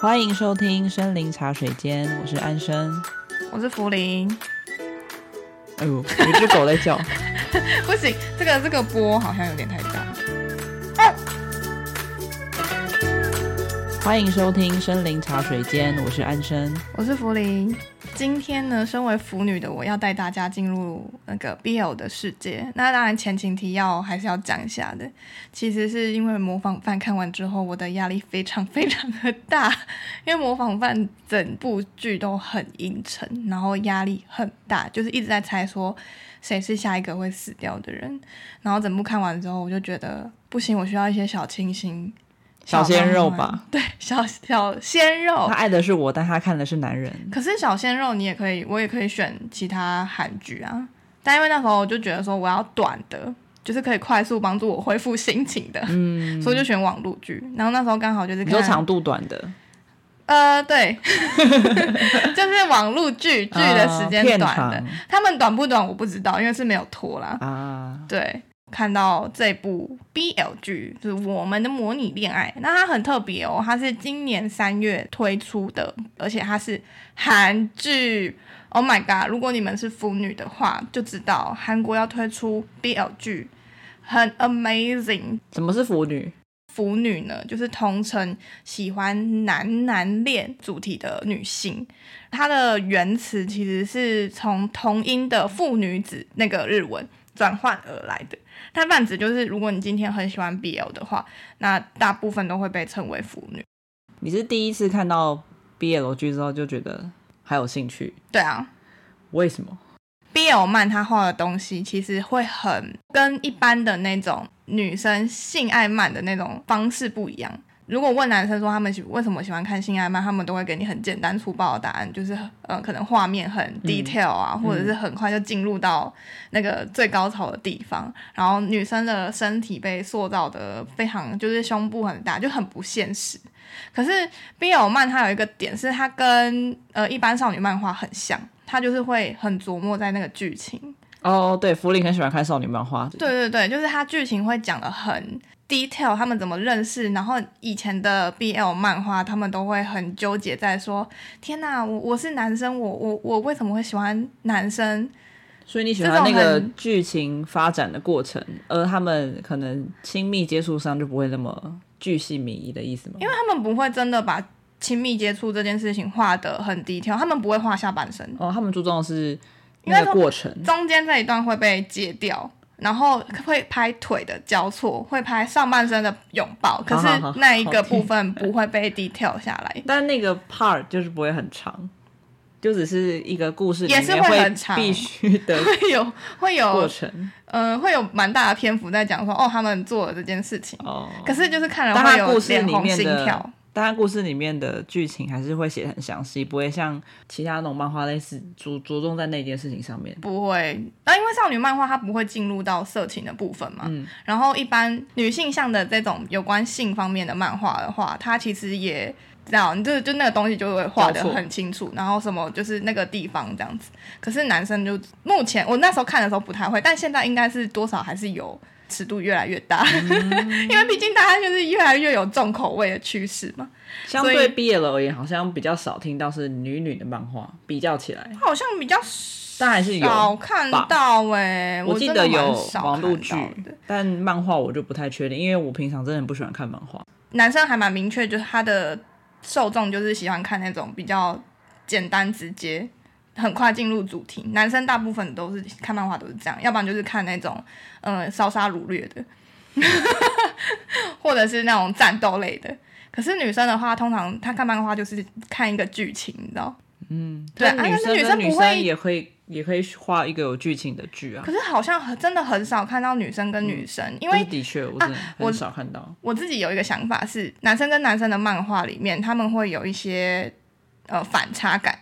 欢迎收听森林茶水间，我是安生。我是福林，哎呦，有一只狗在叫。不行，这个这个波好像有点太大。 欢迎收听森林茶水间，我是安生。我是福林，今天呢，身为腐女的我要带大家进入那个 BL 的世界。那当然前情提要还是要讲一下的，其实是因为模仿犯看完之后，我的压力非常非常的大，因为模仿犯整部剧都很阴沉，然后压力很大，就是一直在猜说谁是下一个会死掉的人。然后整部看完之后，我就觉得不行，我需要一些小清新。小鲜肉浪漫吧，对，小小鲜肉，他爱的是我，但他看的是男人。可是小鲜肉你也可以，我也可以选其他韩剧啊。但因为那时候我就觉得说我要短的，就是可以快速帮助我恢复心情的，嗯，所以我就选网络剧。然后那时候刚好就是你看说长度短的，呃对， 就是网络剧剧的时间啊片短长的，他们短不短我不知道，因为是没有拖啦。啊，对，看到这部 BL 剧就是《我们的模拟恋爱》，那它很特别哦，它是今年三月推出的，而且它是韩剧。Oh my god！如果你们是腐女的话，就知道韩国要推出 BL 剧很 amazing。怎么是腐女？腐女呢，就是同城喜欢男男恋主题的女性，它的原词其实是从同音的“妇女子”那个日文转换而来的。它泛指就是，如果你今天很喜欢 BL 的话，那大部分都会被称为腐女。你是第一次看到 BL 剧之后就觉得还有兴趣？对啊，为什么？ BL 漫他画的东西其实会很跟一般的那种女生性爱漫的那种方式不一样。如果问男生说他们喜为什么喜欢看性爱漫，他们都会给你很简单粗暴的答案，就是呃可能画面很 detail 啊，或者是很快就进入到那个最高潮的地方，然后女生的身体被塑造的非常就是胸部很大，就很不现实。可是 BL 漫它有一个点是它跟呃一般少女漫画很像，它就是会很琢磨在那个剧情。哦，对，福林很喜欢看少女漫画。对对对，就是它剧情会讲的很 detail，他们怎么认识，然后以前的 BL 漫画他们都会很纠结在说，天哪，我我是男生，我我我为什么会喜欢男生？所以你喜这欢那种个很剧情发展的过程，而他们可能亲密接触上就不会那么巨细靡遗的意思吗？因为他们不会真的把亲密接触这件事情画的很 detail，他们不会画下半身。哦，他们注重的是应该那个说过程，中间这一段会被截掉，然后会拍腿的交错，会拍上半身的拥抱，可是好好好那一个好听部分不会被 detail 下来。 但那个 part 就是不会很长，就只是一个故事里也是面会很长必须 的会有会过有程呃会有蛮大的篇幅在讲说哦他们做了这件事情，哦。可是就是看了但会它有故事脸里红面心的跳，，但它故事里面的剧情还是会写得很详细，不会像其他那种漫画类似着着重在那件事情上面。不会，那、因为少女漫画它不会进入到色情的部分嘛，嗯然后一般女性向的这种有关性方面的漫画的话，它其实也知道，你就就那个东西就会画的交错很清楚，然后什么就是那个地方这样子。可是男生就目前我那时候看的时候不太会，但现在应该是多少还是有尺度越来越 大，因为毕竟大家就是越来越有重口味的趋势嘛。相所以对 BL 而言，好像比较少听到是女女的漫画，比较起来，嗯好像比较但还是有。少看到哎、我我记真得的有蛮少网络看剧到的，但漫画我就不太确定，因为我平常真的不喜欢看漫画。男生还蛮明确，就是他的受众就是喜欢看那种比较简单直接、很快进入主题。男生大部分都是看漫画都是这样，要不然就是看那种呃烧杀掳掠的， 或者是那种战斗类的。可是女生的话，通常她看漫画就是看一个剧情，你知道？嗯，对，啊但女但是生女跟生女不生会也可以也可以画一个有剧情的剧啊可。是好像很真的很少看到女生跟女生，因但为啊是的确，我真的我很少看到。我自己有一个想法是，男生跟男生的漫画里面，他们会有一些呃反差感。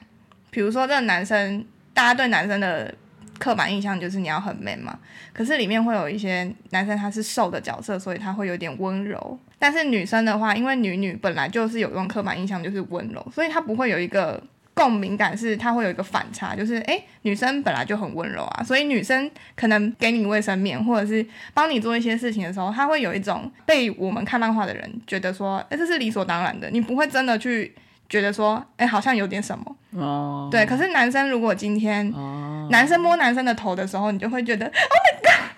比如说，这个男生，大家对男生的刻板印象就是你要很 man 嘛，可是里面会有一些男生他是瘦的角色，所以他会有点温柔。但是女生的话，因为女女本来就是有这种刻板印象，就是温柔，所以她不会有一个共鸣感是它会有一个反差，就是哎、诶女生本来就很温柔啊，所以女生可能给你卫生棉或者是帮你做一些事情的时候，她会有一种被我们看漫画的人觉得说，哎、这是理所当然的，你不会真的去觉得说，哎、好像有点什么。哦，对，可是男生如果今天哦，男生摸男生的头的时候，你就会觉得，Oh my god，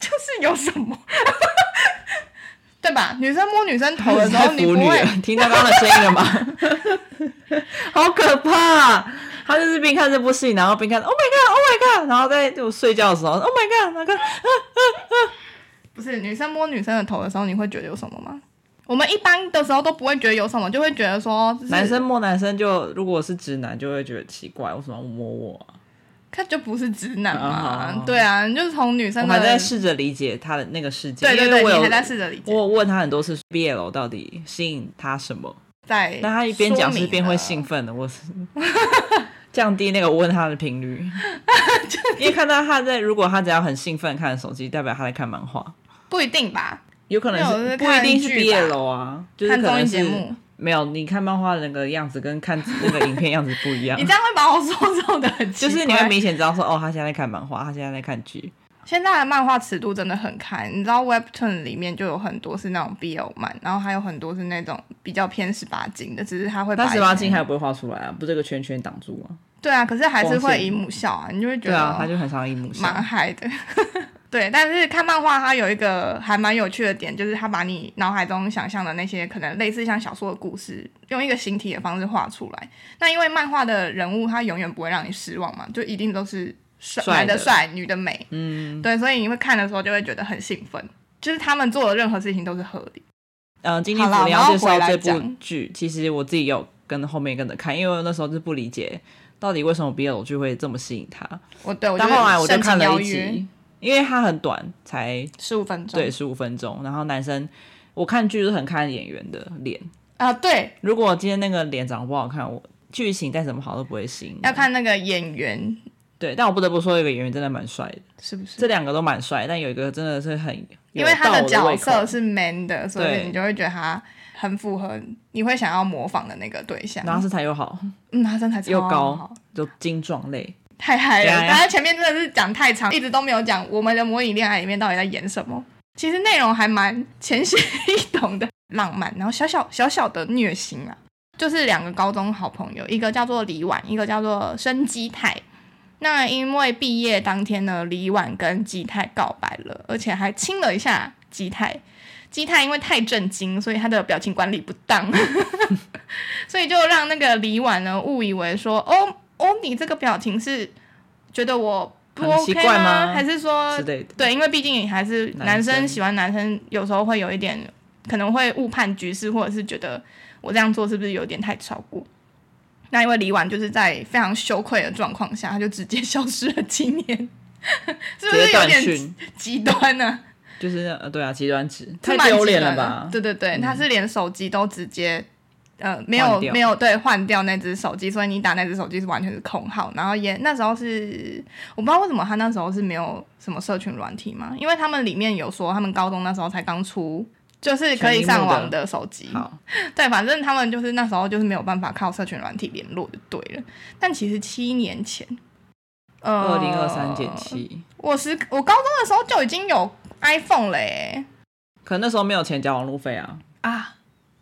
就是有什么， 对吧？女生摸女生 头的时太候，腐你不女会了，听到刚刚的声音了吗？ 好可怕、他就是边看这部戏，然后边看 Oh my God，Oh my God，然后在就睡觉的时候 Oh my God，那个不是女生摸女生的头的时候，你会觉得有什么吗？我们一般的时候都不会觉得有什么，就会觉得说就是男生摸男生就如果是直男就会觉得奇怪，为什么要摸我啊、他就不是直男啊嘛，对啊，你就是从女生我的还在试着理解他的那个世界，对对因为对，我你有还在试着理解，我问他很多次 BL 到底吸引他什么，在那他一边讲是一边会兴信，奋的，我是 降低那个我问他的频 率，因为看到他在如果他只要很兴奋看手机，代表他在看漫画，不一定吧？有可没有能就是是不一定是看剧吧 BL 啊，就是看可综艺能节是目，没有你看漫画的那个样子跟看 那个影片样子不一样 你。这样会把我说中的很奇就怪，是你会明显知道说，哦，他现在在看漫画，他现在在看剧，现在的漫画尺度真的很开，你知道 Webtoon 里面就有很多是那种 BL 漫，然后还有很多是那种比较偏十八禁的，只是他会把但十八禁一些还不会画出来啊，不这个圈圈挡住啊。对啊，可是还是光会线以母校啊，你就会觉对得啊，他就很常一幕上蛮嗨的。 对，但是看漫画，它有一个还蛮有趣的点，就是它把你脑海中想象的那些可能类似像小说的故事，用一个形体的方式画出来。那因为漫画的人物，他永远不会让你失望嘛，就一定都是帅帅的男的帅，女的美。嗯，对，所以你会看的时候就会觉得很兴奋，就是他们做的任何事情都是合理。嗯，今天好啦我们然要后介回绍来这部讲剧，其实我自己有跟后面跟着看，因为我那时候就不理解到底为什么 BL 剧会这么吸引他。我对我但后来我就申看请了邀一约集，因为它很短，才十五分钟。对十五分钟。然后男生，我看剧是很看演员的脸，啊、对，如果今天那个脸长得不好看，我剧情再怎么好都不会吸引我。要看那个演员对，但我不得不说，有一个演员真的蛮帅的，是不是？这两个都蛮帅，但有一个真的是很因为他有到的我角胃口色是 man 的，所以对你就会觉得他很符合，你会想要模仿的那个对象。然后身材又好，嗯，他身材超又高好，就精壮类。太嗨对了！啊大家前面真的是讲太长，一直都没有讲我们的模拟恋爱里面到底在演什么。其实内容还蛮浅显易懂的，浪漫，然后小小小小的虐心啊，就是两个高中好朋友，一个叫做李婉，一个叫做生基泰。那因为毕业当天呢，李婉跟基泰告白了，而且还亲了一下基泰。基泰因为太震惊，所以他的表情管理不当， 所以就让那个李婉呢误以为说，哦哦，你这个表情是觉得我不很奇 OK 怪吗还是说之类的对，因为毕竟你还是男男生生喜欢男生，有时候会有一点可能会误判局势，或者是觉得我这样做是不是有点太超过？那因为李婉就是在非常羞愧的状况下，他就直接消失了七年， 直接是不是呃有断点讯，极端呢、就是呃，对啊，极端值，是太蛮丢极脸了端吧嗯的？对对对，他是连手机都直接。呃，没有换掉没有，对，换掉那只手机，所以你打那只手机是完全是空号。然后也那时候是我不知道为什么他那时候是没有什么社群软体嘛，因为他们里面有说他们高中那时候才刚出，就是可以上网的手机。好， 对，反正他们就是那时候就是没有办法靠社群软体联络就对了。但其实七年前，呃，二零二三减七，我是我高中的时候就已经有 iPhone 了欸耶可能那时候没有钱交网路费啊，啊，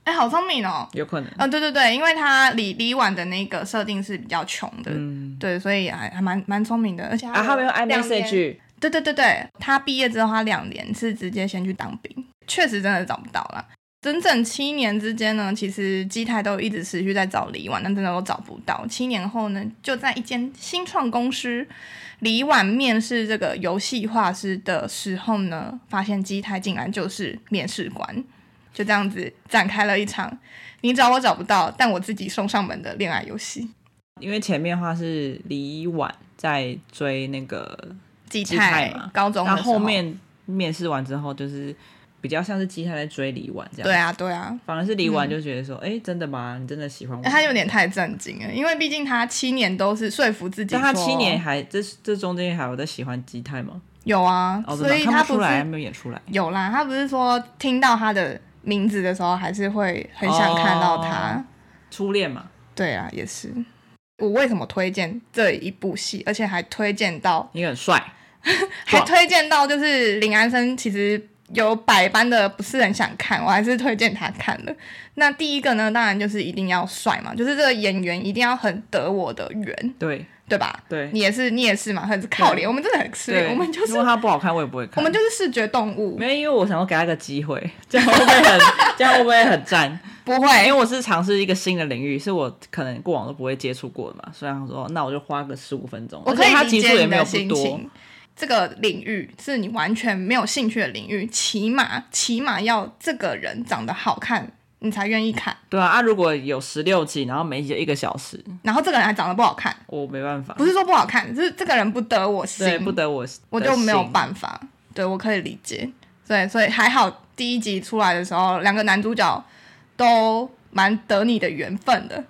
哎、好聪明哦！有可能。啊，对对对，因为他李李婉的那个设定是比较穷的，嗯，对，所以还还蛮蛮聪明的，而且啊，他们用两年 iMessage，对对对对，他毕业之后，他两年是直接先去当兵，确实真的找不到啦。整整七年之间呢，其实基泰都一直持续在找李婉，但真的都找不到。七年后呢，就在一间新创公司，李婉面试这个游戏画师的时候呢，发现基泰竟然就是面试官，就这样子展开了一场你找我找不到，但我自己送上门的恋爱游戏。因为前面的话是李婉在追那个，基基泰泰嘛高中的那时候后面面试完之后就是比较像是基泰在追李婉这样。对，啊对啊，反而是李婉就觉得说，哎，真的吗？你真的喜欢我吗？他有点太震惊了，因为毕竟他七年都是说服自己说，但他七年还这这中间还有在喜欢基泰吗？有啊，哦，真所的以看他不不出是来，还没有演出来。有啦，他不是说听到他的名字哦的时候还是会很想看到他，初恋嘛，对啊，也是。我为什么推荐这一部戏，而且还推荐到你很帅，还哇推荐到就是林安生，其实有百般的不是很想看，我还是推荐他看了。那第一个呢，当然就是一定要帅嘛，就是这个演员一定要很得我的缘，对对吧？对你也是，你也是嘛，很靠脸，我们真的很吃哎对，脸，我们就是如果他不好看，我也不会看。我们就是视觉动物没，有，因为我想要给他一个机会，这样会不会很这样会不会很赞？不因会为我是尝试一个新的领域，是我可能过往都不会接触过的嘛，所以想说，那我就花个十五分钟，我而可且他以理集解数也你没的有不心多，情。这个领域是你完全没有兴趣的领域，起码起码要这个人长得好看，你才愿意看。对啊，啊，如果有十六集，然后每一集就一个小时，然后这个人还长得不好看，我没办法，嗯不是说不好看，就是这个人不得我对，心，不得我的心，我就没有办法。对我可以理解，对，所以还好第一集出来的时候，两个男主角都蛮得你的缘分的。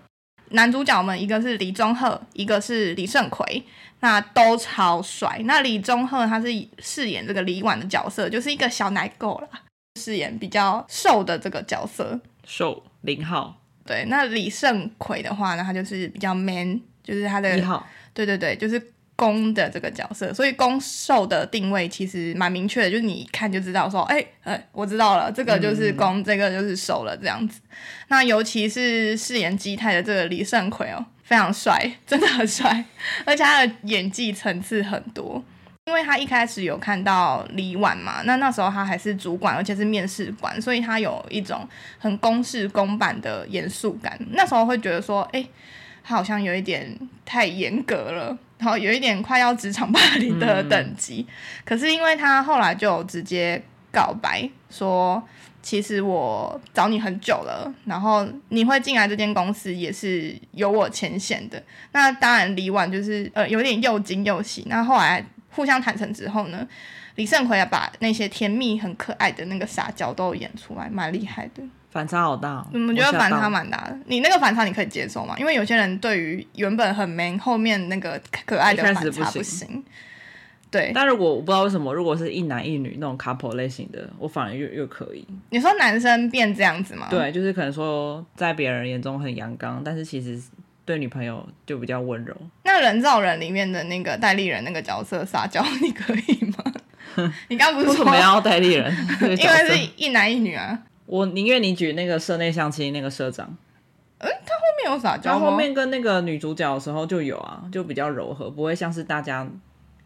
男主角们一个是李钟赫，一个是李胜奎，那都超帅。那李钟赫他是饰演这个李婉的角色，就是一个小奶狗啦，饰演比较瘦的这个角色。受零号对，那李胜奎的话呢，他就是比较 man，就是他的一号，对对对，就是攻的这个角色，所以攻受的定位其实蛮明确的，就是你一看就知道说，哎、哎、我知道了，这个就是攻，这个就是受了这样子。那尤其是饰演基泰的这个李胜奎哦，非常帅，真的很帅， 而且他的演技层次很多。因为他一开始有看到李婉嘛，那那时候他还是主管，而且是面试官，所以他有一种很公事公办的严肃感。那时候会觉得说，哎、他好像有一点太严格了，然后有一点快要职场霸凌的嗯等级。可是因为他后来就有直接告白说，其实我找你很久了，然后你会进来这间公司也是有我牵线的。那当然，李婉就是呃有点又惊又喜。那后来互相坦诚之后呢，李胜奎也把那些甜蜜很可爱的那个撒娇都演出来，蛮厉害的。反差好大、哦，嗯我觉得吓反到差蛮大的。你那个反差你可以接受吗？因为有些人对于原本很 man 后面那个可爱的一开反始差不不行。对，但如果我不知道为什么，如果是一男一女那种 couple 类型的，我反而又又可以。你说男生变这样子吗？，对，就是可能说在别人眼中很阳刚，但是其实对女朋友就比较温 柔。那人造人里面的那个戴丽人那个角色撒娇， 你可以吗？你刚刚不为是什说么要代理人这个角 因为色？是一男一女啊？我宁愿你举那个社内相亲那个社长，后面有撒然娇后吗后？面跟那个女主角的时候就有啊，就比较柔和，不会像是大家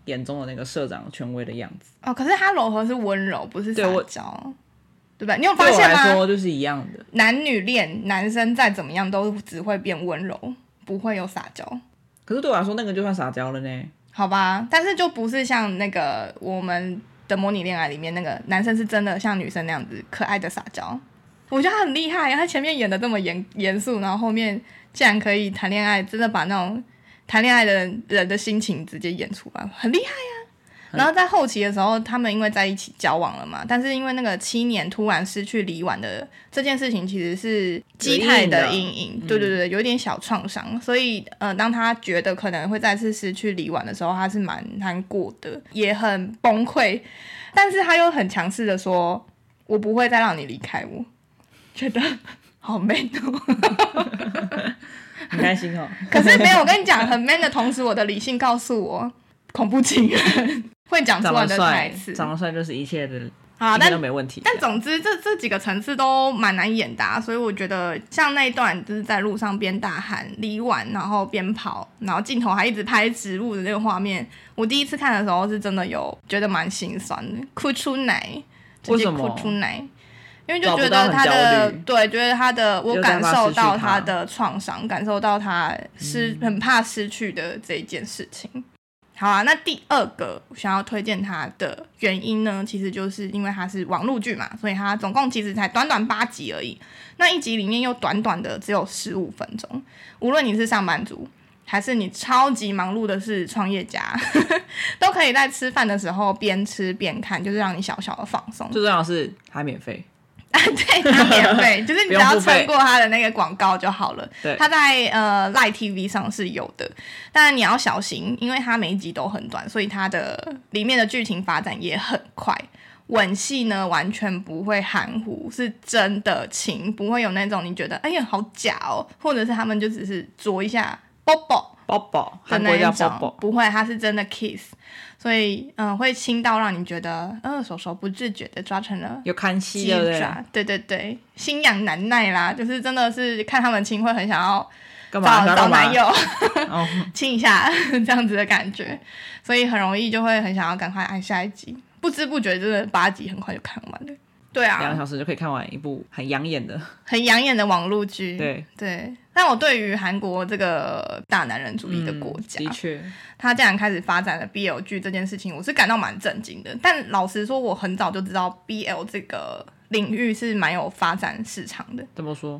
眼中的那个社长权威的样子。哦，可是他柔和是温柔，不是撒对我娇，对吧？你有发对我现来吗？说就是一样的。男女恋，男生再怎么样都只会变温柔，不会有撒娇。可是对我来说，那个就算撒娇了呢。好吧，但是就不是像那个我们的模拟恋爱里面那个男生是真的像女生那样子可爱的撒娇。我觉得他很厉害，他前面演的这么严严肃，然后后面竟然可以谈恋爱，真的把那种谈恋爱的人人的心情直接演出来，很厉害呀、然后在后期的时候，他们因为在一起交往了嘛，但是因为那个七年突然失去李婉的这件事情，其实是基泰的阴影，对对对，有一点小创伤，所以呃，当他觉得可能会再次失去李婉的时候，他是蛮难过的，也很崩溃，但是他又很强势的说：“我不会再让你离开我。”觉得好 man 哦。很开心 哦，可是没有，我跟你讲，很 man 的同时，我的理性告诉我，恐怖情人会讲出长来得的台帅词，长得帅就是一切的，啊，一切但都没问题。但总之，这这几个层次都蛮难演的、啊，所以我觉得像那一段就是在路上边大喊“李婉”，然后边跑，然后镜头还一直拍植物的那个画面，我第一次看的时候是真的有觉得蛮心酸的，哭出奶，直为接什么哭出奶。因为就找不觉到得很他焦的虑对，觉得他的我就感让他受失去他到嗯他的创伤，感受到他失、很怕失去的这一件事情。好啊，那第二个想要推荐它的原因呢，其实就是因为它是网络剧嘛，所以它总共其实才短短八集而已。那一集里面又短短的只有十五分钟，无论你是上班族，还是你超级忙碌的是创业家， 都可以在吃饭的时候边吃边看，就是让你小小的放松。最重要的是还免费，啊， 对，它免 费，就是你只不要用付费撑过它的那个广告就好了。对它在呃 Live TV 上是有的，但你要小心，因为它每一集都很短，所以它的里面的剧情发展也很快。吻戏呢，完全不会含糊，是真的情，不会有那种你觉得哎呀好假哦，或者是他们就只是啄一下啵啵，抱抱，的韩那国叫一抱种抱，，不会，它是真的 kiss，所以嗯，会亲到让你觉得嗯，手手不自觉的抓成了有看戏鸡对不对？爪，对对对，心痒难耐啦，就是真的是看他们亲会很想要干嘛？找想找干嘛男友 哦， 亲一下这样子的感觉，所以很容易就会很想要赶快按下一集，不知不觉真的八集很快就看完了。对两个啊，嗯小时就可以看完一部很养眼的，很养眼的网络剧。对，对，但我对于韩国这个大男人主义的国家，嗯的确，他竟然开始发展了 BL 剧这件事情，我是感到蛮震惊的。但老实说，我很早就知道 BL 这个领域是蛮有发展市场的，怎么说？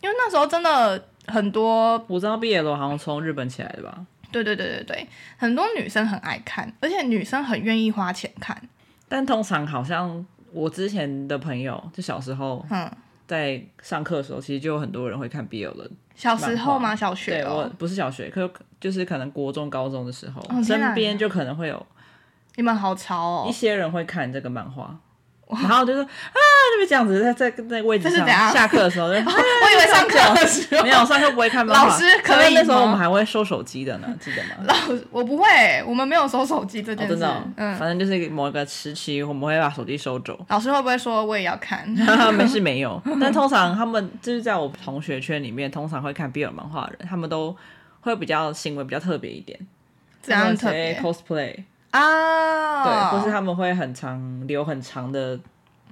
因为那时候真的很多，我知道毕业楼好像从日本起来的吧？对对对对对，很多女生很爱看，而且女生很愿意花钱看。但通常好像我之前的朋友，就小时候嗯，在上课的时候，其实就有很多人会看 BL 的。小时候漫吗？小学对我哦，不是小学，可就是可能国中、高中的时候，天身哪边就可能会有哦你们好潮一哦！些人会看这个漫画。然后就说啊，就这样子，在在在位置这是上，怎样哦下课的 时候就，我以为 上课的时候没有上课不会看漫画。老师可以吗那时候我们还会收手机的 呢，记得吗？老我不会、我们没有收手机这哦，件真事。的哦、嗯，反正就是某一个时期，我们会把手机收走。 老师会不会说我也要看？没事没 有，但通常他们就是在我同学圈里面，通常会看 BL 漫画的人，他们都会比较行为比较特别一点，这样特他们会别 cosplay，啊？对，或是他们会很长留很长的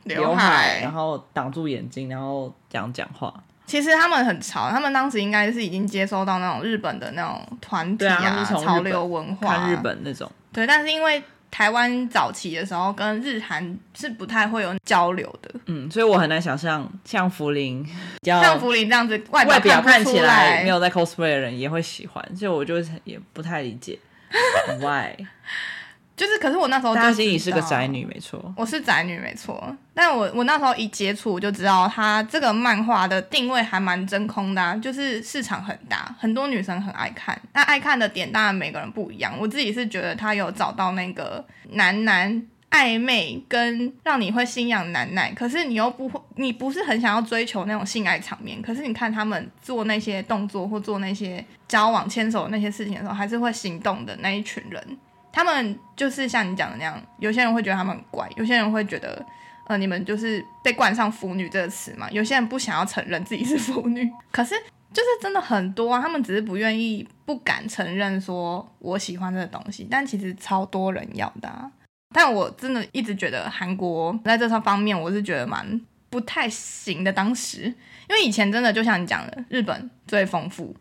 刘刘海然后挡住眼睛，然后讲讲话。其实他们很潮，他们当时应该是已经接收到那种日本的那种团体对啊他们是从日本潮流文化、啊看日本那种，对，但是因为台湾早期的时候跟日韩是不太会有交流的，嗯，所以我很难想象像福林比较像福林这样子外外表看看不起出来来，没有在 cosplay 的人也会喜欢，所以我就也不太理 解 why。就是可是我那时候就大家心里是个哦知道宅，女，没错。我是宅女没错，但我我那时候一接触我就知道它这个漫画的定位还蛮真空的、啊，就是市场很大，很多女生很爱看。那爱看的点当然每个人不一样，我自己是觉得它有找到那个男男。暧昧跟让你会心痒难耐，可是你又不会，你不是很想要追求那种性爱场面。可是你看他们做那些动作或做那些交往、牵手那些事情的时候，还是会行动的那一群人，他们就是像你讲的那样，有些人会觉得他们很怪，有些人会觉得，呃，你们就是被冠上“腐女”这个词嘛。有些人不想要承认自己是腐女， 可是就是真的很多啊，他们只是不愿意、不敢承认说我喜欢这个东西，但其实超多人要的、啊。但我真的一直觉得韩国在这方面，我是觉得蛮不太行的。当时，因为以前真的就像你讲的，日本最丰富，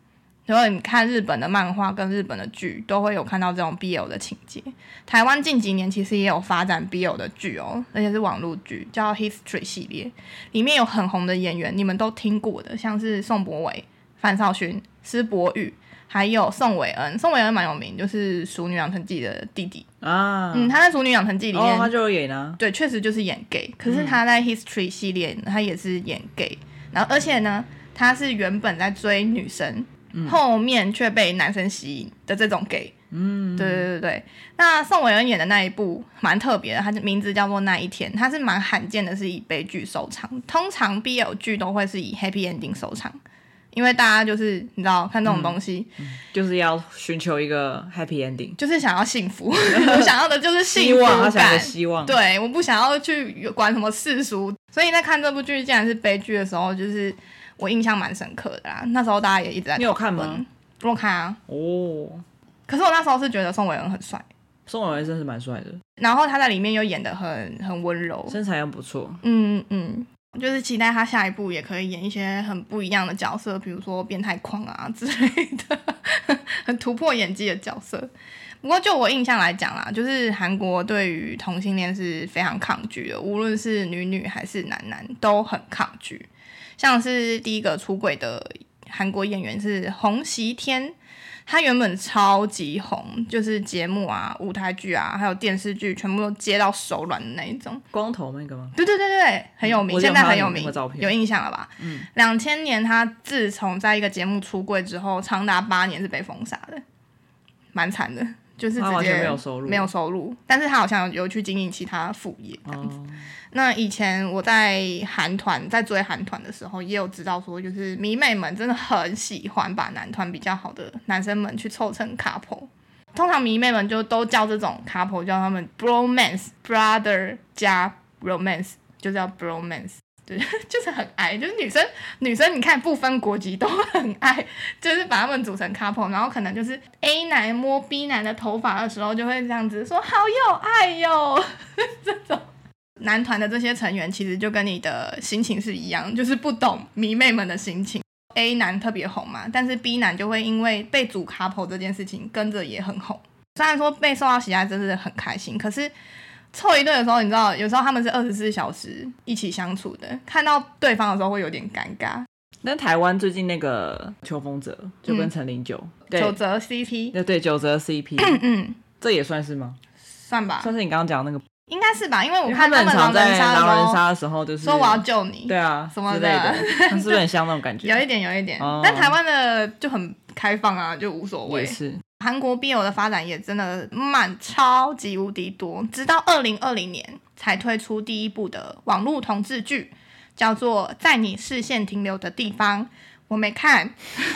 然后你看日本的漫画跟日本的剧，都会有看到这种 BL 的情节。台湾近几年其实也有发展 BL 的剧哦，而且是网络剧，叫 History 系列，里面有很红的演员，你们都听过的，像是宋博伟、范少勋、施柏宇，还有宋伟恩。宋伟恩蛮有名，就是《熟女养成记》的弟弟。啊，嗯，他在《熟女养成记》里哦，面，他就有演啊，对，确实就是演 gay，可嗯是他在 History 系列呢他也是演 gay，然后而且呢，他是原本在追女生，嗯后面却被男生吸引的这种 gay。嗯，对对对对。那宋伟恩演的那一部蛮特别的，他的名字叫做《那一天》，它是蛮罕见的，是以悲剧收场。通常 BL 剧都会是以 happy ending 收场，因为大家就是你知道看嗯这种东西，就是要寻求一个 happy ending，就是想要幸福， 我想要的就是希幸福望，他感。想要个希望，，对，我不想要去管什么世俗，所以在看这部剧竟然是悲剧的时候，就是我印象蛮深刻的啦。那时候大家也一直在你有看讨吗论？，我有看啊，哦，可是我那时候是觉得宋伟恩很帅，宋伟文真是蛮帅的，然后他在里面又演的很很温柔，身材又不错，嗯嗯，就是期待他下一部也可以演一些很不一样的角色，比如说变态狂啊之类的，很突破演技的角色。不过就我印象来讲啦，就是韩国对于同性恋是非常抗拒的，无论是女女还是男男都很抗拒。像是第一个出轨的韩国演员是洪熙天，他原本超级红，就是节目啊、舞台剧啊，还有电视剧全部都接到手软的那一种。光头那个吗？对对对对，很有名，我记得现在很有我看到你名那个照，片嗯有印象了吧？两千年他自从在一个节目出柜之后，长达八年是被封杀的，蛮惨的。就是直他完接全没有收入没有收入。但是他好像有去经营其他副业这样子。哦，那以前我在韩团在追韩团的时候，也有知道说，就是迷妹们真的很喜欢把男团比较好的男生们去凑成 couple。通常迷妹们就都叫这种 couple 叫他们 bromance brother 加 romance，就叫 bromance。对， 就是很爱，就是女生女生，你看不分国籍都很爱，就是把他们组成 couple，然后可能就是 A 男摸 B 男的头发的时候，就会这样子说好有爱哟， 这种。男团的这些成员其实就跟你的心情是一样，就是不懂迷妹们的心情。A 男特别红嘛，但是 B 男就会因为被组 couple 这件事情跟着也很红。虽然说被受到喜爱真的很开心，可是凑一对的时候，你知道，有时候他们是二十四小时一起相处的，看到对方的时候会有点尴尬。那台湾最近那个邱风泽就跟嗯陈零九，对，九折 CP，对对，九泽 CP，这也算是吗？算吧，算是你刚刚讲的那个，应该是吧，因为我因为看们很狼常在人杀的时狼人候杀的时候就是说我要救你，对啊什么之的类的， 是不是很像那种感觉？有一点有一点，哦但台湾的就很开放啊，就无所谓也。 是，韩国 BL 的发展也真的慢，超级无敌多，直到二零二零年才推出第一部的网络同志剧，叫做《在你视线停留的地方》，我没看。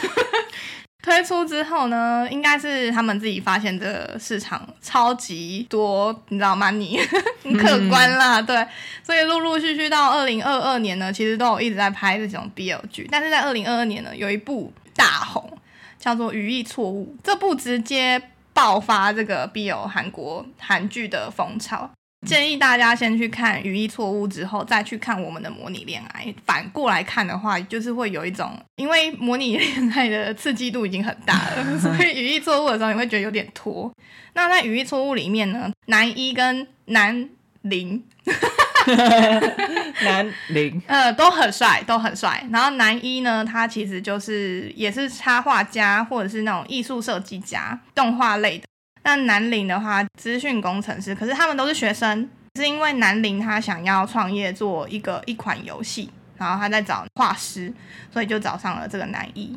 推出之后呢，应该是他们自己发现这个市场超级多，你知道吗？你 很可观啦，对，所以陆陆续续到二零二二年呢，其实都有一直在拍这种 BL 剧，但是在二零二二年呢，有一部大红，叫做《语义错误》，这部直接爆发这个 BL 韩国韩剧的风潮。建议大家先去看《语义错误》，之后再去看我们的《模拟恋爱》。反过来看的话，就是会有一种，因为《模拟恋爱》的刺激度已经很大了，所以《语义错误》的时候你会觉得有点拖。那在《语义错误》里面呢，男一跟男零南宁呃，都很帅，都很帅。然后男一呢，他其实就是也是插画家或者是那种艺术设计家、动画类的。那南林的话，资讯工程师，可是他们都是学生，是因为南林他想要创业做一个一款游戏，然后他在找画师，所以就找上了这个男一。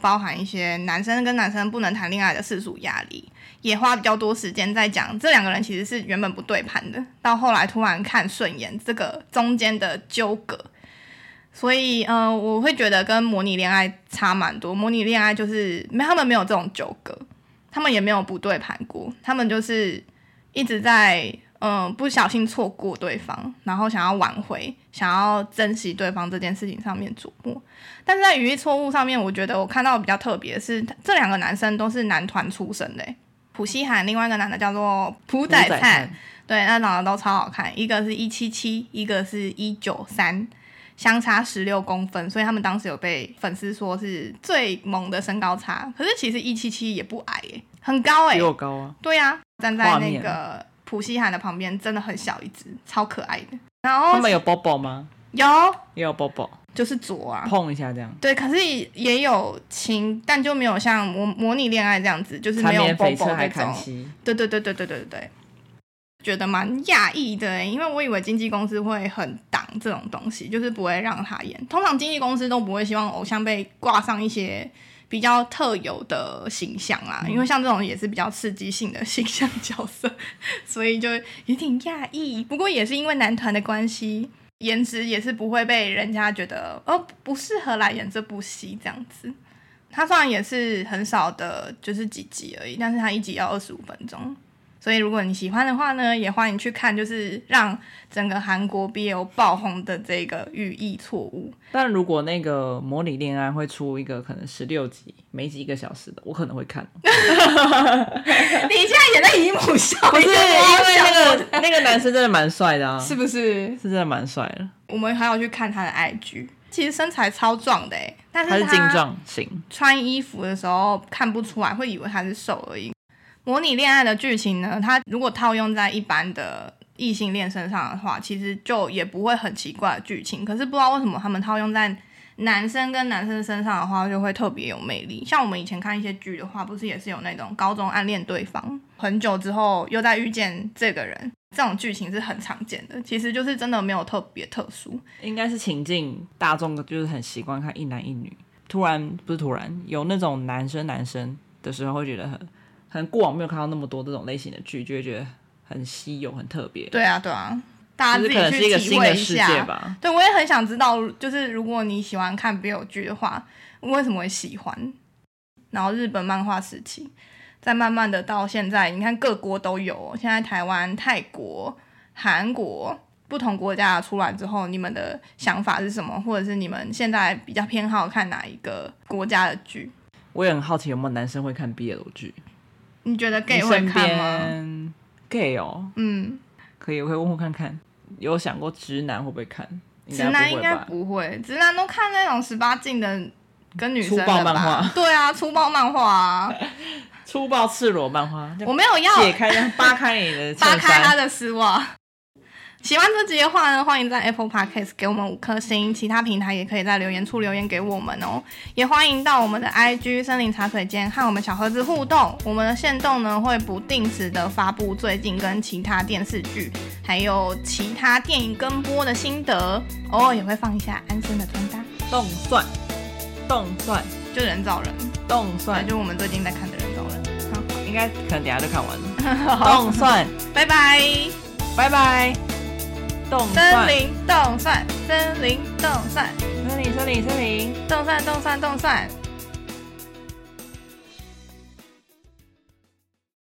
包含一些男生跟男生不能谈恋爱的世俗压力，也花比较多时间在讲这两个人其实是原本不对盘的，到后来突然看顺眼，这个中间的纠葛。所以，呃，我会觉得跟模拟恋爱差蛮多。模拟恋爱就是没他们没有这种纠葛，他们也没有不对盘过，他们就是一直在嗯、呃不小心错过对方，然后想要挽回，想要珍惜对方这件事情上面琢磨。但是在语义错误上面，我觉得我看到比较特别的是，这两个男生都是男团出身的欸，朴熙涵，另外一个男的叫做朴宰灿，对，那长得都超好看，一个是一七七，一个是一九三，相差十六公分，所以他们当时有被粉丝说是最萌的身高差。可是其实一七七也不矮耶、很高哎、比我高啊，对呀、站在画那面个普希涵的旁边，真的很小一只，超可爱的。然后他们有 Bobo 吗？有也有 Bobo，就是左啊，碰一下这样，对，可是也有亲，但就没有像模模拟恋爱这样子，就是缠没有绵悱 BOBO 恻还那看种。戏，对对对对对对对对，觉得蛮讶异的欸，因为我以为经纪公司会很挡这种东西，就是不会让他演。通常经纪公司都不会希望偶像被挂上一些比较特有的形象啦，因为像这种也是比较刺激性的形象角色， 所以就有点讶异。不过也是因为男团的关系。颜值也是不会被人家觉得哦不适合来演这部戏这样子，它虽然也是很少的，就是几集而已，但是它一集要二十五分钟，所以如果你喜欢的话呢，也欢迎去看，就是让整个韩国 BL 爆红的这个寓意错误。 但如果那个模拟恋爱会出一个可能十六集，每集一个小时的，我可能会 看。你现在也在姨母笑，不是因你在为笑那个那个男生真的蛮帅的啊， 是不是？是真的蛮帅的，我们还要去看他的 IG，其实身材超壮的哎，但他是是他精壮型，穿衣服的时候看不出来，会以为他是瘦而已。模拟恋爱的剧情呢，它如果套用在一般的异性恋身上的话，其实就也不会很奇怪的剧情。可是不知道为什么他们套用在男生跟男生身上的话，就会特别有魅力。像我们以前看一些剧的话，不是也是有那种高中暗恋对方，很久之后又再遇见这个人，这种剧情是很常见的。其实就是真的没有特别特殊。应该是情境大众就是很习惯看一男一女，突然不是突然有那种男生男生的时候会觉得很可能过往没有看到那么多这种类型的剧，就会觉得很稀有、很特别。对啊，对啊，大家就自是可能是一己个去新体会的一世下。界吧。对，我也很想知道，就是如果你喜欢看 BL 剧的话，为什么会喜欢？然后日本漫画时期，再慢慢的到现在，你看各国都有哦，现在台湾、泰国、韩国不同国家的出来之后，你们的想法是什么？或者是你们现在比较偏好看哪一个国家的剧？我也很好奇有没有男生会看 BL 剧你觉得 gay 你会身看吗？边 gay 哦，嗯，可以，我可以问问看看。有想过直男会不会看？应该直男不应会该吧不会，直男都看那种十八禁的跟女生的粗暴吧漫画对啊，粗暴漫画啊，粗暴赤裸漫画，我没有要解开让扒开你的扒衬开他衫。的丝袜。喜欢这集的话呢，欢迎在 Apple Podcast 给我们五颗星，其他平台也可以在留言处留言给我们哦。也欢迎到我们的 IG 森林茶水间和我们小盒子互动。我们的线动呢会不定时的发布最近跟其他电视剧，还有其他电影跟播的心得，偶尔也会放一下安生的穿搭，动算，动算，就人造人，动对，算，就是我们最近在看的人造人。好应该可能等一下就看完了。动算，拜拜，拜拜。动森算，林动算，森林动算。森林，森林，森林。动算动算动算。